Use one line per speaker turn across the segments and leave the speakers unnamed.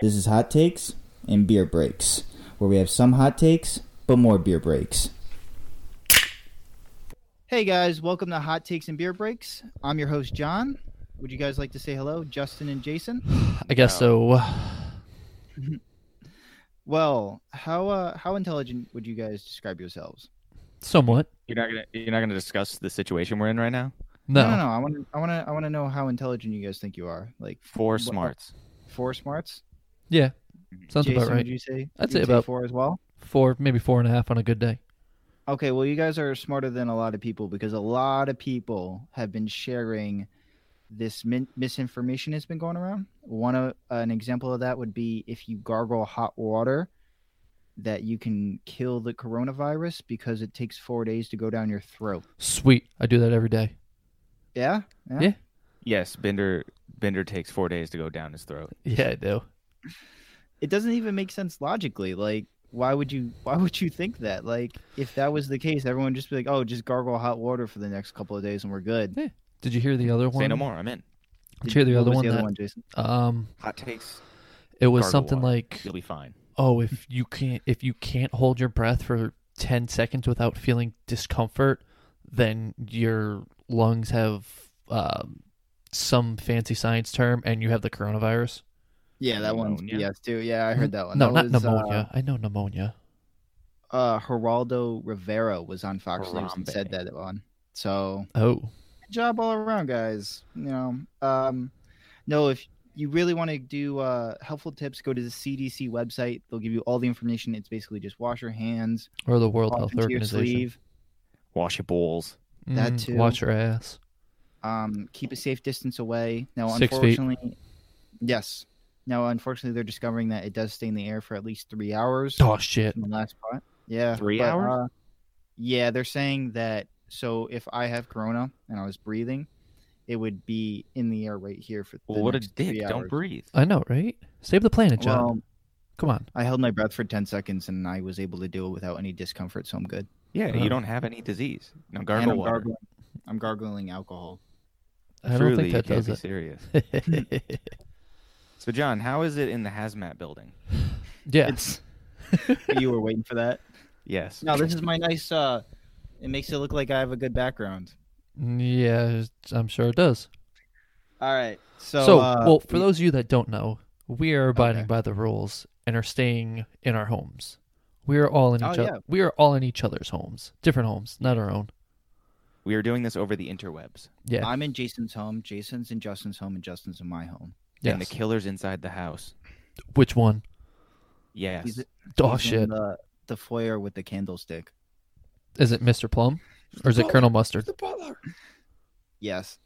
This is hot takes and beer breaks, where we have some hot takes but more beer breaks. Hey guys, welcome to Hot Takes and Beer Breaks. I'm your host John. Would you guys like to say hello, Justin and Jason?
I guess so.
Well, how uh, how intelligent would you guys describe yourselves?
Somewhat.
You're not gonna you're not gonna discuss the situation we're in right now.
No.
no, no. I want to I want to I want to know how intelligent you guys think you are. Like
Four
What-
smarts.
four smarts.
Yeah. Sounds
Jason,
about
would
right.
you say?
I'd
you'd
say about-
four as well.
Four, maybe four and a half on a good day.
Okay, well, you guys are smarter than a lot of people because a lot of people have been sharing this min- misinformation has been going around. One of an example of that would be if you gargle hot water, that you can kill the coronavirus because it takes four days to go down your throat.
Sweet. I do that every day.
Yeah,
Yeah.
Yes, Bender Bender takes four days to go down his throat.
Yeah, I do.
it doesn't even make sense logically. Like, why would you? Why would you think that? Like, if that was the case, everyone would just be like, "Oh, just gargle hot water for the next couple of days and we're good."
Did you hear the other one?
Say no more. I'm in.
Did you hear the
What
other
was
one?
The other
that,
one, Jason.
Um,
Hot takes.
it was
Gargle
something
water.
like,
You'll be fine.
oh, if you can't, if you can't hold your breath for ten seconds without feeling discomfort, then your lungs have um, some fancy science term, and you have the coronavirus.
Yeah, that one's
Pneumonia?
BS too. Yeah, I heard that one.
Mm-hmm. No,
that
not
was,
pneumonia. I know pneumonia.
Uh, uh, Geraldo Rivera was on Fox News and
Harambe.
said that one. So
Oh,
good job all around, guys. You know, um, no, if you really want to do uh, helpful tips, go to the CDC website. They'll give you all the information. It's basically just wash your hands,
or the World
cough
Health
into your
Organization.
sleeve,
Wash your balls.
That
Mm,
too.
Watch your ass.
um, keep a safe distance away. Now,
Six feet.
unfortunately, yes. Now, unfortunately, they're discovering that it does stay in the air for at least three hours.
Oh shit.
in the last part. Yeah.
Three
hours? yeah, they're saying that so if I have corona and I was breathing, it would be in the air right here for the
Well, what a
next three
dick. Don't
hours.
breathe.
I know, right? Save the planet, John.
Well,
Come on.
I held my breath for 10 seconds and I was able to do it without any discomfort, so I'm good.
Yeah,
Uh-huh.
you don't have any disease. No
And
gargle
I'm
water.
gargling, I'm gargling alcohol.
I don't
Truly,
think that
you
does
can't be
it.
serious. So, John, how is it in the hazmat building?
yeah.
It's you were waiting for that.
Yes.
No, this is my nice uh it makes it look like I have a good background.
Yeah, I'm sure it does.
All right. So,
So,
uh,
well, for those of you that don't know, we are abiding
Okay.
by the rules and are staying in our homes. We are all in
Oh,
each
yeah.
other. We are all in each other's homes. Different homes, not our own.
We are doing this over the interwebs.
Yeah.
I'm in Jason's home, Jason's in Justin's home, and Justin's in my home.
And the
yes.
killer's inside the house.
Which one?
Yes.
He's-
Oh
He's in
shit.
The, the foyer with the candlestick.
Is it Mr. Plum? Or
Oh,
is it Colonel Mustard?
Yes.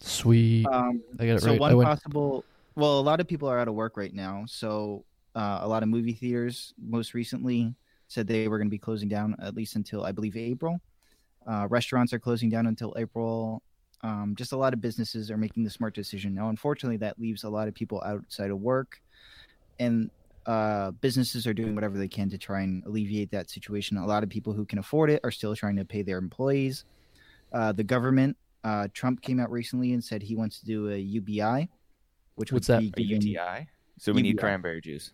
Sweet.
Um,
I got it
so
right. I
one
win.
possible. Well, a lot of people are out of work right now. So uh, a lot of movie theaters, most recently, said they were going to be closing down at least until I believe April. Uh, restaurants are closing down until April. Um, just a lot of businesses are making the smart decision now. Unfortunately, that leaves a lot of people outside of work, and uh, businesses are doing whatever they can to try and alleviate that situation. A lot of people who can afford it are still trying to pay their employees. Uh, the government uh, Trump came out recently and said he wants to do a UBI, which
What's
would
that?
be
a
giving-
UTI. So we need
UTI.
cranberry juice.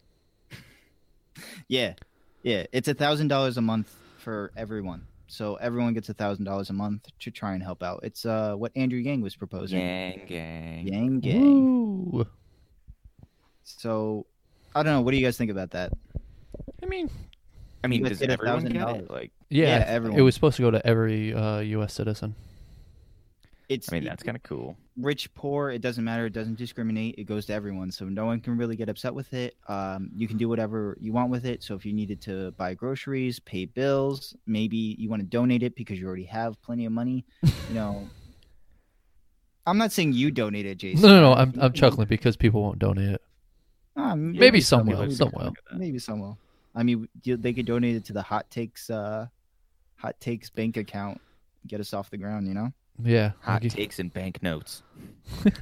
Yeah, yeah. It's a thousand dollars a month for everyone, so everyone gets a thousand dollars a month to try and help out. It's uh what Andrew Yang was proposing.
Yang gang.
Yang Yang.
Woo.
So I don't know. What do you guys think about that?
I mean,
I mean,
You
does
get a
everyone
thousand
get
dollars.
it? Like,
Yeah,
yeah, it
everyone.
was supposed to go to every uh, U.S. citizen.
It's
I mean, that's kind of cool.
rich, poor, it doesn't matter. It doesn't discriminate. It goes to everyone. So no one can really get upset with it. Um, you can do whatever you want with it. So if you needed to buy groceries, pay bills, maybe you want to donate it because you already have plenty of money. You know, I'm not saying you donate it, Jason.
No, no, no. I'm, I'm chuckling because people won't donate it.
Ah,
Maybe some
will,
will.
maybe
Some will.
some- Maybe some will. I mean, you- they could donate it to the Hot Takes, uh, Hot Takes bank account. Get us off the ground, you know.
Yeah.
Hot
okay.
takes and banknotes.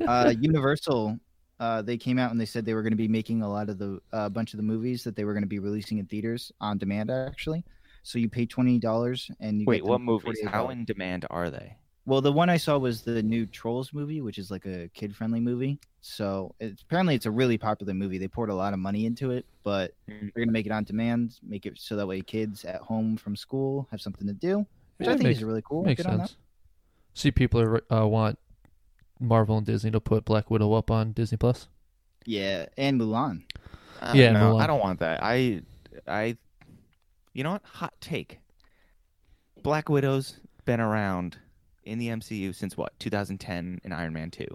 uh, Universal, uh, they came out and they said they were going to be making a lot of the a bunch of the movies that they were going to be releasing in theaters on demand, actually. So you pay twenty dollars and you
Wait,
get them
what
for
movies?
48
How
hours.
in demand are they?
Well, the one I saw was the new Trolls movie, which is like a kid friendly movie. So it's, apparently it's a really popular movie. They poured a lot of money into it, but they're
Mm.
going to make it on demand, make it so that way kids at home from school have something to do, which I
Yeah,
think
makes-
is really cool.
Makes
Good on that.
sense. See, people are, uh, want Marvel and Disney to put Black Widow up on Disney Plus.
Yeah, and Mulan.
Uh,
Yeah,
no,
Mulan.
I don't want that. I, I, you know what? Hot take. Black Widow's been around in the MCU since what? 2010 in Iron Man 2.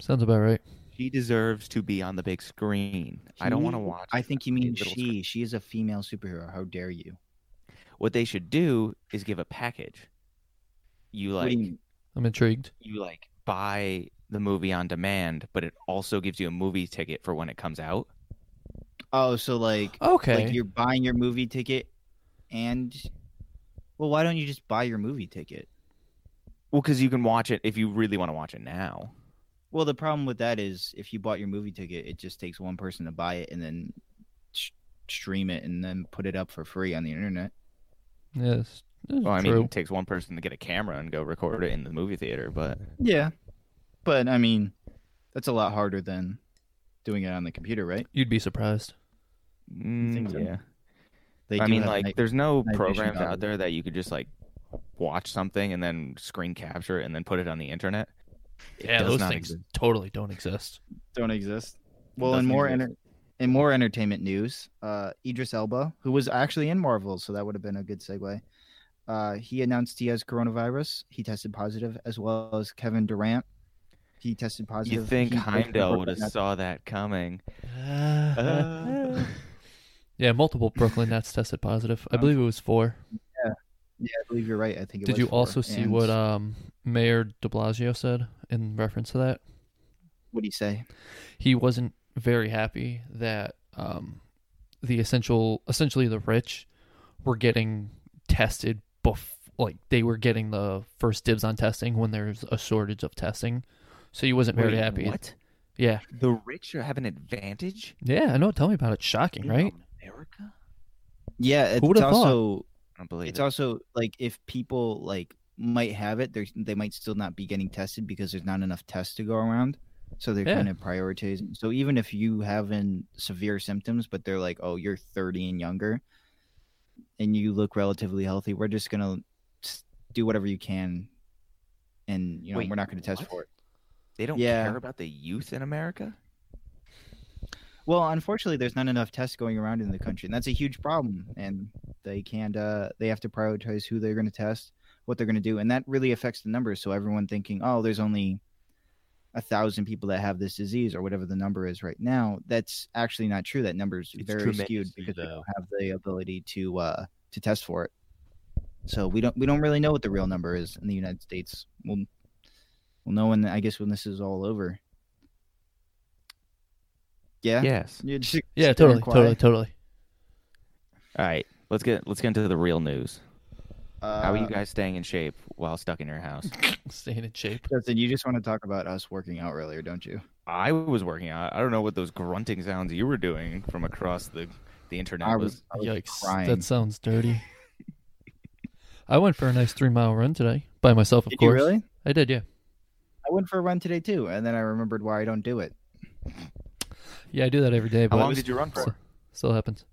Sounds about right.
She deserves to be on the big screen. I don't want to
She-
watch.
I think you mean
little
she. She is a female superhero. How dare you?
What they should do is give a package. You
What do
like
you
you,
mean?
I'm intrigued.
like buy the movie on demand, but it also gives you a movie ticket for when it comes out.
Oh, so like,
Okay.
like you're buying your movie ticket, and well, why don't you just buy your movie ticket?
Well, because you can watch it if you really want to watch it now.
Well, the problem with that is if you bought your movie ticket, it just takes one person to buy it and then sh- stream it and then put it up for free on the internet.
yes. that's
Well, I mean,
true.
it takes one person to get a camera and go record it in the movie theater, but
Yeah, but I mean, that's a lot harder than doing it on the computer, right?
You'd be surprised.
mm,
think so?
yeah.
They
I
do
mean,
have
like,
night-
there's no
night vision
programs out
goggles.
there that you could just like watch something and then screen capture it and then put it on the internet.
Yeah,
does
those
not
things
exist.
totally don't exist.
don't exist. Well, in
Doesn't
more
exist.
enter- in more entertainment news, uh, Idris Elba, who was actually in Marvel, so that would have been a good segue. Uh, he announced he has coronavirus. He tested positive, as well as Kevin Durant. He tested positive.
You think
He-
Heimdall would have saw that coming? Uh,
yeah, multiple Brooklyn Nets tested positive. I believe it was four.
Yeah, I believe you're right. I think. It
Did
was
you
four.
also see
And
what um, Mayor de Blasio said in reference to that?
What do you say?
he wasn't very happy that um, the essential, essentially the rich, were getting tested bef- like they were getting the first dibs on testing when there's a shortage of testing. So he wasn't very
wait,
happy.
What?
Yeah,
The rich have an advantage
yeah, I know. Tell me about it. Shocking,
in
right?
America?
Yeah, it's
would've thought?
also
I don't believe
it's
it.
also like if people like might have it, they they might still not be getting tested because there's not enough tests to go around. So they're
Yeah.
kind of prioritizing. So even if you having severe symptoms, but they're like, oh, you're 30 and younger, and you look relatively healthy, we're just gonna s- do whatever you can, and you know
Wait,
we're not gonna test
what?
for it.
they don't
yeah.
care about the youth in America.
Well, unfortunately, there's not enough tests going around in the country, and that's a huge problem. And they can't. Uh, they have to prioritize who they're going to test, what they're going to do, and that really affects the numbers. So everyone thinking, oh, there's only a thousand people that have this disease or whatever the number is right now. That's actually not true. That number is
It's
very skewed
tremendously
because they
low.
don't have the ability to uh, to test for it. So we don't we don't really know what the real number is in the United States. We'll we'll know when I guess when this is all over. Yeah.
Yes.
You're just
Yeah,
staying
totally,
quiet.
totally, totally.
All right. Let's get let's get into the real news.
Uh,
How are you guys staying in shape while stuck in your house?
Staying in shape.
Justin, you just want to talk about us working out earlier, don't you?
I was working out. I don't know what those grunting sounds you were doing from across the the internet
I
was.
was, I was
Yikes,
crying.
that sounds dirty. I went for a nice three mile run today by myself, of
Did you
course.
really?
I did, yeah.
I went for a run today too, and then I remembered why I don't do it.
Yeah, I do that every day. But
How long did you run for?
Still happens.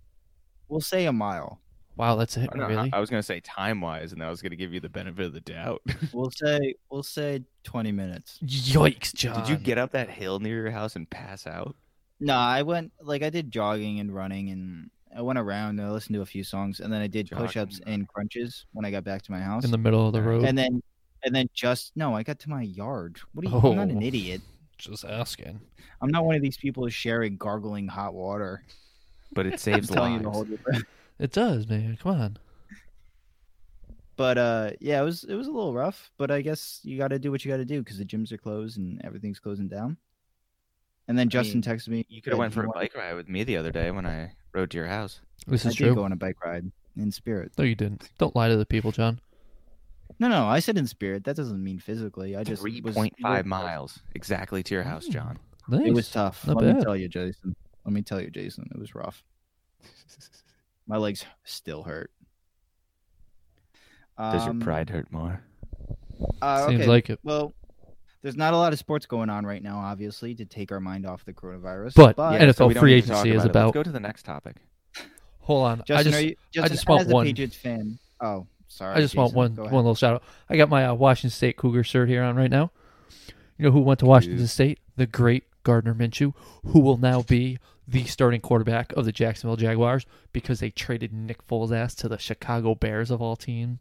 We'll say a mile.
Wow, that's it.
I don't know,
Really?
I, I was gonna say time wise, and I was gonna give you the benefit of the doubt.
We'll say we'll say twenty minutes.
Yikes, John.
Did you get up that hill near your house and pass out?
No, I went like I did jogging and running, and I went around. And I listened to a few songs, and then I did
Jogging,
push-ups
running.
and crunches when I got back to my house.
in the middle of the road?
and then, and then just no, I got to my yard. What are you? I'm not an
Oh.
idiot.
Just asking.
I'm not one of these people sharing gargling hot water.
But it
I'm
saves
telling you
lives.
to hold your breath.
It does, man. Come on.
but uh yeah it was it was a little rough but i guess you got to do what you got to do because the gyms are closed and everything's closing down and then justin
mean,
texted me
you could have
that
went
he
for a
wanted-
bike ride with me the other day when I rode to your house.
This
i
is
did
true.
go on a bike ride in spirit
No, you didn't. Don't lie to the people, John.
no no i said in spirit that doesn't mean physically i just was-
Three point five
it was-
miles exactly to your house,
Mm.
John.
Nice.
it was tough
Not
let me
bad.
tell you jason let me tell you jason it was rough my legs still hurt
Does your
Um,
pride hurt more?
Uh,
Seems
okay.
like it.
well, there's not a lot of sports going on right now, obviously, to take our mind off the coronavirus.
But-
but
NFL
we don't
free
need to talk
agency is
about it.
about-
Let's go to the next topic.
Hold on.
Justin,
I just
are you, Justin,
just want
as a
one.
Patriots fan. Oh, sorry.
I just want
Jason,
one
go
one
ahead.
little shout out. I got my uh, Washington State Cougar shirt here on right now. You know who went to Washington
Dude.
State? The great Gardner Minshew, who will now be the starting quarterback of the Jacksonville Jaguars because they traded Nick Foles' ass to the Chicago Bears of all team.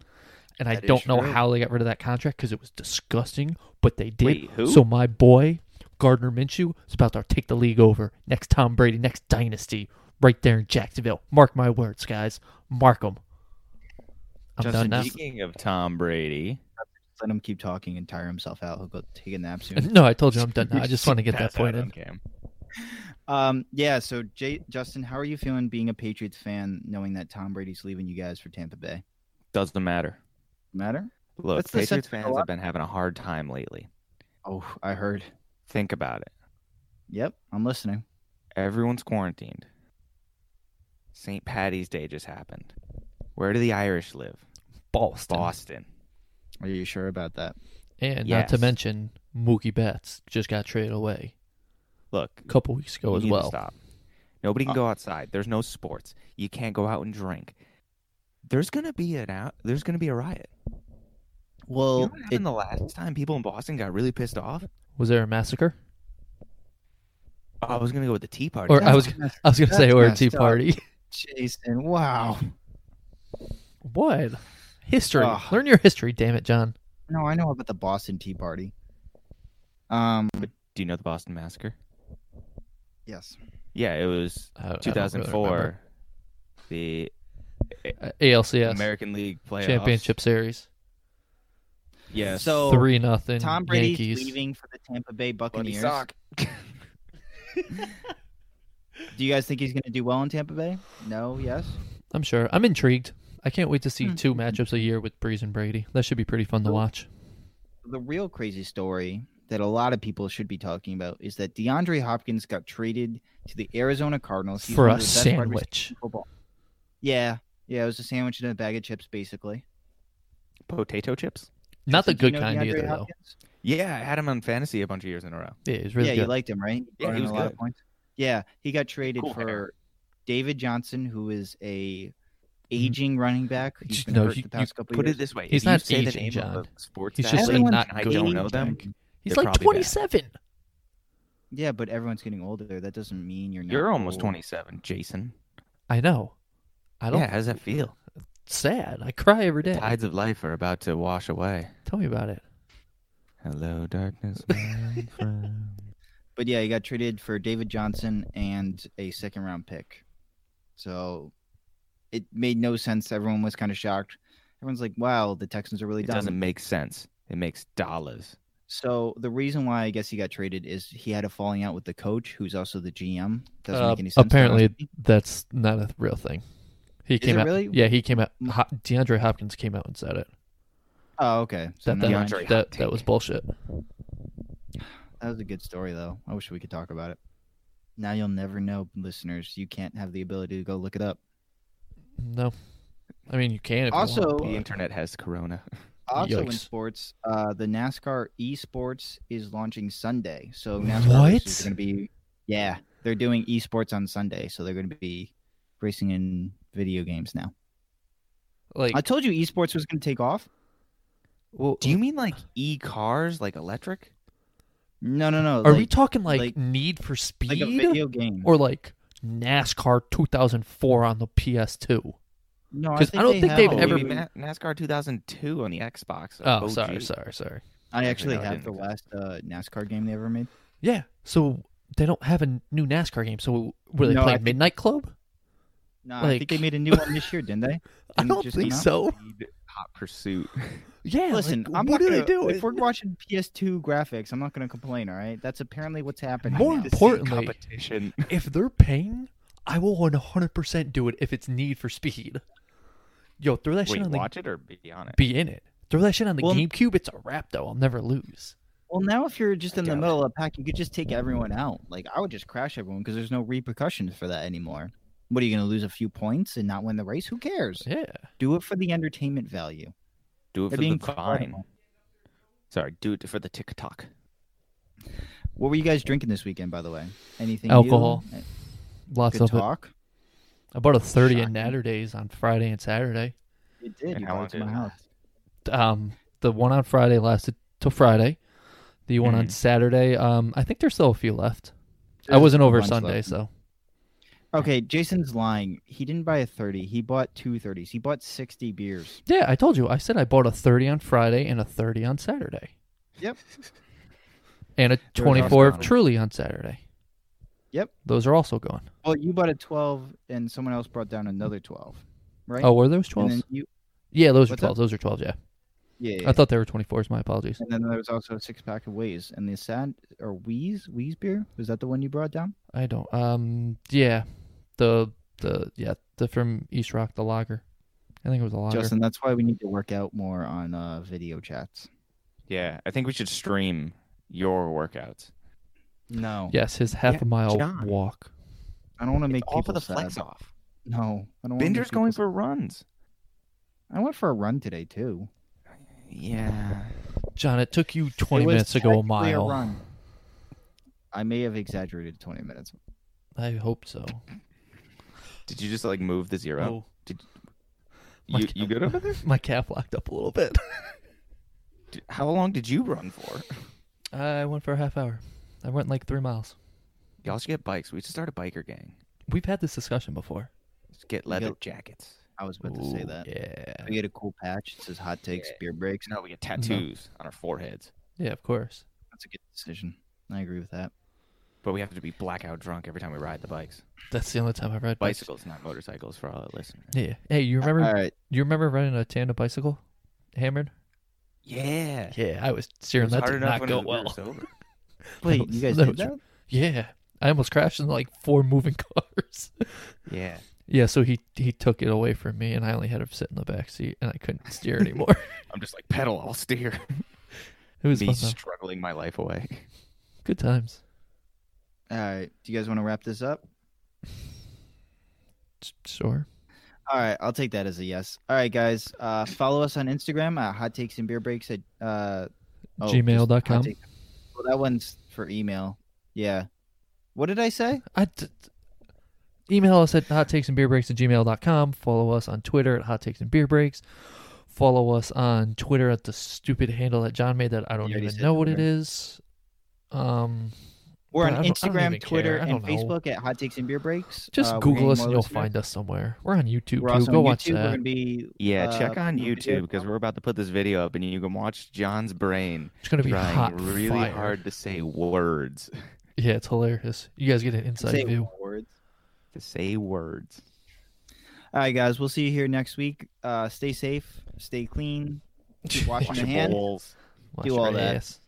And I
That is
don't know
true.
how they got rid of that contract because it was disgusting, but they did.
Wait, who?
So my boy Gardner Minshew is about to take the league over. Next Tom Brady, next dynasty, right there in Jacksonville. Mark my words, guys. Mark them. I'm
Justin,
done now.
Speaking of Tom Brady,
Let him keep talking and tire himself out. He'll go take a nap soon.
No, I told you I'm done now. I just want to get that
pass
point
out on
in.
Cam.
Um, yeah. So, Jay, Justin, how are you feeling being a Patriots fan, knowing that Tom Brady's leaving you guys for Tampa Bay?
Doesn't matter.
Matter?
Look,
That's the
Patriots
sentiment a
fans
lot.
have been having a hard time lately.
Oh, I heard.
Think about it.
Yep, I'm listening.
Everyone's quarantined. St. Patty's Day just happened. Where do the Irish live?
Boston.
Boston.
Are you sure about that?
And not to
Yes.
mention Mookie Betts just got traded away
Look,
a couple weeks ago
you
as
need to
well. Oh.
stop. Nobody can
Uh,
go outside. There's no sports. You can't go out and drink. There's gonna be an out. There's gonna be a riot. You know
Well,
what
it,
happened the last time people in Boston got really pissed off?
Was there a massacre?
I was gonna go with the Tea Party.
Or I
That's
was
messed-
I was gonna say
that's
or a
messed
tea
up.
party.
Jason, wow.
what? History.
Ugh.
Learn your history, damn it, John.
No, I know about the Boston Tea Party. Um,
Do you know the Boston Massacre?
yes.
Yeah, it was
I- I don't really
2004.
remember.
the
Uh, ALCS
American League playoffs.
Championship Series.
Yes.
So
Three nothing.
Tom Brady's
Yankees.
leaving for the Tampa Bay
Bloody
Buccaneers.
sock.
Do you guys think he's going to do well in Tampa Bay? No. Yes.
I'm sure. I'm intrigued. I can't wait to see
Hmm.
two matchups a year with Breeze and Brady. That should be pretty fun to
Cool.
watch.
The real crazy story that a lot of people should be talking about is that DeAndre Hopkins got traded to the Arizona Cardinals He's
For
one
a
of the best wide receivers
sandwich.
in football. Yeah. Yeah, it was a sandwich and a bag of chips, basically.
Potato chips.
Not the
Justin, do you
good
know
kind
DeAndre
either though.
Hopkins?
Yeah, I had him on fantasy a bunch of years in a row.
Yeah, he's really
yeah,
good.
you liked him, right?
Yeah,
Brought
he
in
was
a lot
good.
of points. Yeah, he got traded
Cool
for
hair.
David Johnson, who is a aging running back. He's
Mm-hmm. Just-
been
no,
hurt
you-
the
you
past couple
Put
years.
it this way:
He's
if you
not
say the
aging,
name
John.
of a sports
He's just
just
like
Everyone's
not
I
good.
don't know them.
He's
They're
like
probably bad.
27.
yeah, but everyone's getting older. That doesn't mean you're not.
You're almost
old.
27, Jason.
I know. I don't.
yeah, how does that feel?
Sad. I cry every day.
Tides of life are about to wash away.
Tell me about it.
Hello, darkness. my friend.
But yeah, he got traded for David Johnson and a second round pick. So it made no sense. Everyone was kind of shocked. Everyone's like, "Wow, the Texans are really
it
dumb."
doesn't make sense. It makes dollars.
So the reason why I guess he got traded is he had a falling out with the coach, who's also the GM. Doesn't
Uh,
make any sense. to
apparently,
us.
that's not a real thing. He came
it
out.
really?
Yeah, he came out. Ho- DeAndre Hopkins came out and said it.
Oh, okay. So
That
never mind.
that,
Mm-hmm. DeAndre
that,
Hopkins.
that was bullshit.
That was a good story, though. I wish we could talk about it. Now you'll never know, listeners. You can't have the ability to go look it up.
No, I mean you can. If you
Also-
want,
The
but-
internet has corona.
Also in
Yikes.
sports, uh, the NASCAR esports is launching Sunday. So NASCAR races
What?
are going to be, yeah, they're doing esports on Sunday. So they're going to be racing in video games now.
like,
I told you esports was going to take off.
well,
Do you mean like e cars, like electric?
No, no, no.
are
like,
we talking like,
like-
Need for
like
Speed
a video game?
or like NASCAR 2004 on the PS2?
no, I,
'cause
think
I don't
they
think
have
they've
a-
Oh,
ever-
you mean Na- NASCAR 2002 on the Xbox.
Oh,
OG.
sorry, sorry, sorry.
I actually
No, it
have
didn't
the last
exist.
uh, NASCAR game they ever made.
Yeah, so they don't have a new NASCAR game. So were they
No, I
playing
think-
Midnight Club?
No, I
Like-
think they made a new one this year, didn't they?
I
Didn't it
don't
just
think
come out?
so.
Speed Hot Pursuit.
Yeah,
Listen,
like,
I'm not
what do
gonna,
they do?
If we're watching PS2 graphics, I'm not going to complain. All right, that's apparently what's happening.
More
now.
To see
importantly-
competition.
if they're paying, I will 100% do it if it's Need for Speed. Yo, throw that
Wait,
shit on the
watch it or be on it.
be in it. Throw that shit on the
Well-
GameCube. It's a wrap though. I'll never lose.
Well, now if you're just in the
doubt
middle of a pack, you could just take everyone out. Like I would just crash everyone because there's no repercussions for that anymore. What are you going to lose a few points and not win the race? Who cares?
Yeah.
Do it for the entertainment value.
Do it
They're
for the
being
fine.
credible.
Sorry, do it for the TikTok.
What were you guys drinking this weekend, by the way? Anything? new?
Alcohol.
Uh,
Lots
Good
of it.
talk.
I bought a thirty
Shocking.
in Natterdays on Friday and Saturday.
You did.
And
You
how
brought
long
it to
did
my
it
house.
Um, the one on Friday lasted till Friday. The one on
Mhm.
Saturday, um, I think there's still a few left. I
Hmm. There's a
wasn't over
bunch
Sunday,
left.
so
Okay, Jason's lying. He didn't buy a 30. He bought two 30s. He bought 60 beers.
yeah, I told you. I said I bought a thirty on Friday and a thirty on Saturday.
Yep.
And a
Those are
twenty-four of
gone.
Truly on Saturday.
Yep.
Those are also gone.
Well, you bought a 12 and someone else brought down another 12, right?
Oh, were those
and
twelves?
then you,
Yeah, those are
What's that?
twelves. Those are twelves. Yeah.
yeah, yeah,
I thought they were twenty fours. My apologies.
And then there was also a six pack of Wheeze. And the sad, or Wheeze, Wheeze beer? Was that the one you brought down?
I don't. Um. Yeah. The the yeah the from East Rock the lager. I think it was a lager.
Justin, that's why we need to work out more on uh, video chats.
Yeah, I think we should stream your workouts.
No.
Yes, his half
Yeah,
a mile
John.
walk.
I don't want to make
All for
people
the
sad.
flex off.
No. I don't wanna
Bender's
make
going
people
for runs.
sad. I went for a run today, too.
Yeah.
John, it took you twenty
It was
minutes to go a
technically
mile.
run. I may have exaggerated 20 minutes.
I hope so.
Did you just like move the zero?
Oh, my
you
God.
you good over there?
my calf locked up a little bit.
Dude, How long did you run for?
I went for a half hour. I went like three miles.
Y'all should get bikes. We should start a biker gang.
We've had this discussion before.
Just get leather
got-
jackets.
I was about to say
Ooh,
that.
Yeah.
We get a cool patch. It says hot takes,
Yeah.
beer breaks.
No, we get tattoos on our foreheads,
Yeah, of course.
That's a good decision. I agree with that.
but we have to be blackout drunk every time we ride the bikes.
That's the only time I've read
Bicycles, not motorcycles, for all our listeners.
Yeah. Hey, you remember?
All right.
you remember running a tandem bicycle, hammered?
Yeah.
Yeah, I was steering.
It's
That
hard
did
enough
not
when
go
we were
well.
sober.
Wait,
was-
you guys
that
did
was-
that?
Yeah, I almost crashed into like four moving cars.
Yeah.
yeah, so he he took it away from me, and I only had to sit in the back seat, and I couldn't steer anymore.
I'm just like pedal, I'll steer.
it was
Me
fun, though.
struggling my life away.
good times.
All right. Do you guys want to wrap this up?
S- Sure.
All right. I'll take that as a yes. All right, guys. Uh, follow us on Instagram at hot takes and beer breaks at uh, oh, just
Gmail.com.
Hot Takes. Well, that one's for email. Yeah. What did I say?
I d- email us at hot takes and beer breaks at gmail.com. Follow us on Twitter at hot takes and beer breaks. Follow us on Twitter at the stupid handle that John made that I don't
You already
even
said
know what it
Twitter.
is. Um,
We're
Bro,
on
I don't- I don't
Instagram,
even
Twitter,
care. I
and
don't know.
Facebook at hot takes and beer breaks.
just
Uh, we're
Google
getting
us
more
and you'll
listeners.
find us somewhere. We're on YouTube.
We're
too.
also
Go
on
watch
YouTube. We're
that.
gonna be
Yeah,
uh,
check on
we'll be
YouTube
doing-
because we're about to put this video up and you can watch John's brain
It's gonna be
trying
hot
really
fire.
hard to say words.
Yeah, it's hilarious. You guys get an inside
Say
view.
words.
to say words.
All right, guys. We'll see you here next week. Uh, stay safe. Stay clean. Keep washing
Wash
your
your
hands.
bowls.
Watch
do
your
all that.
ass.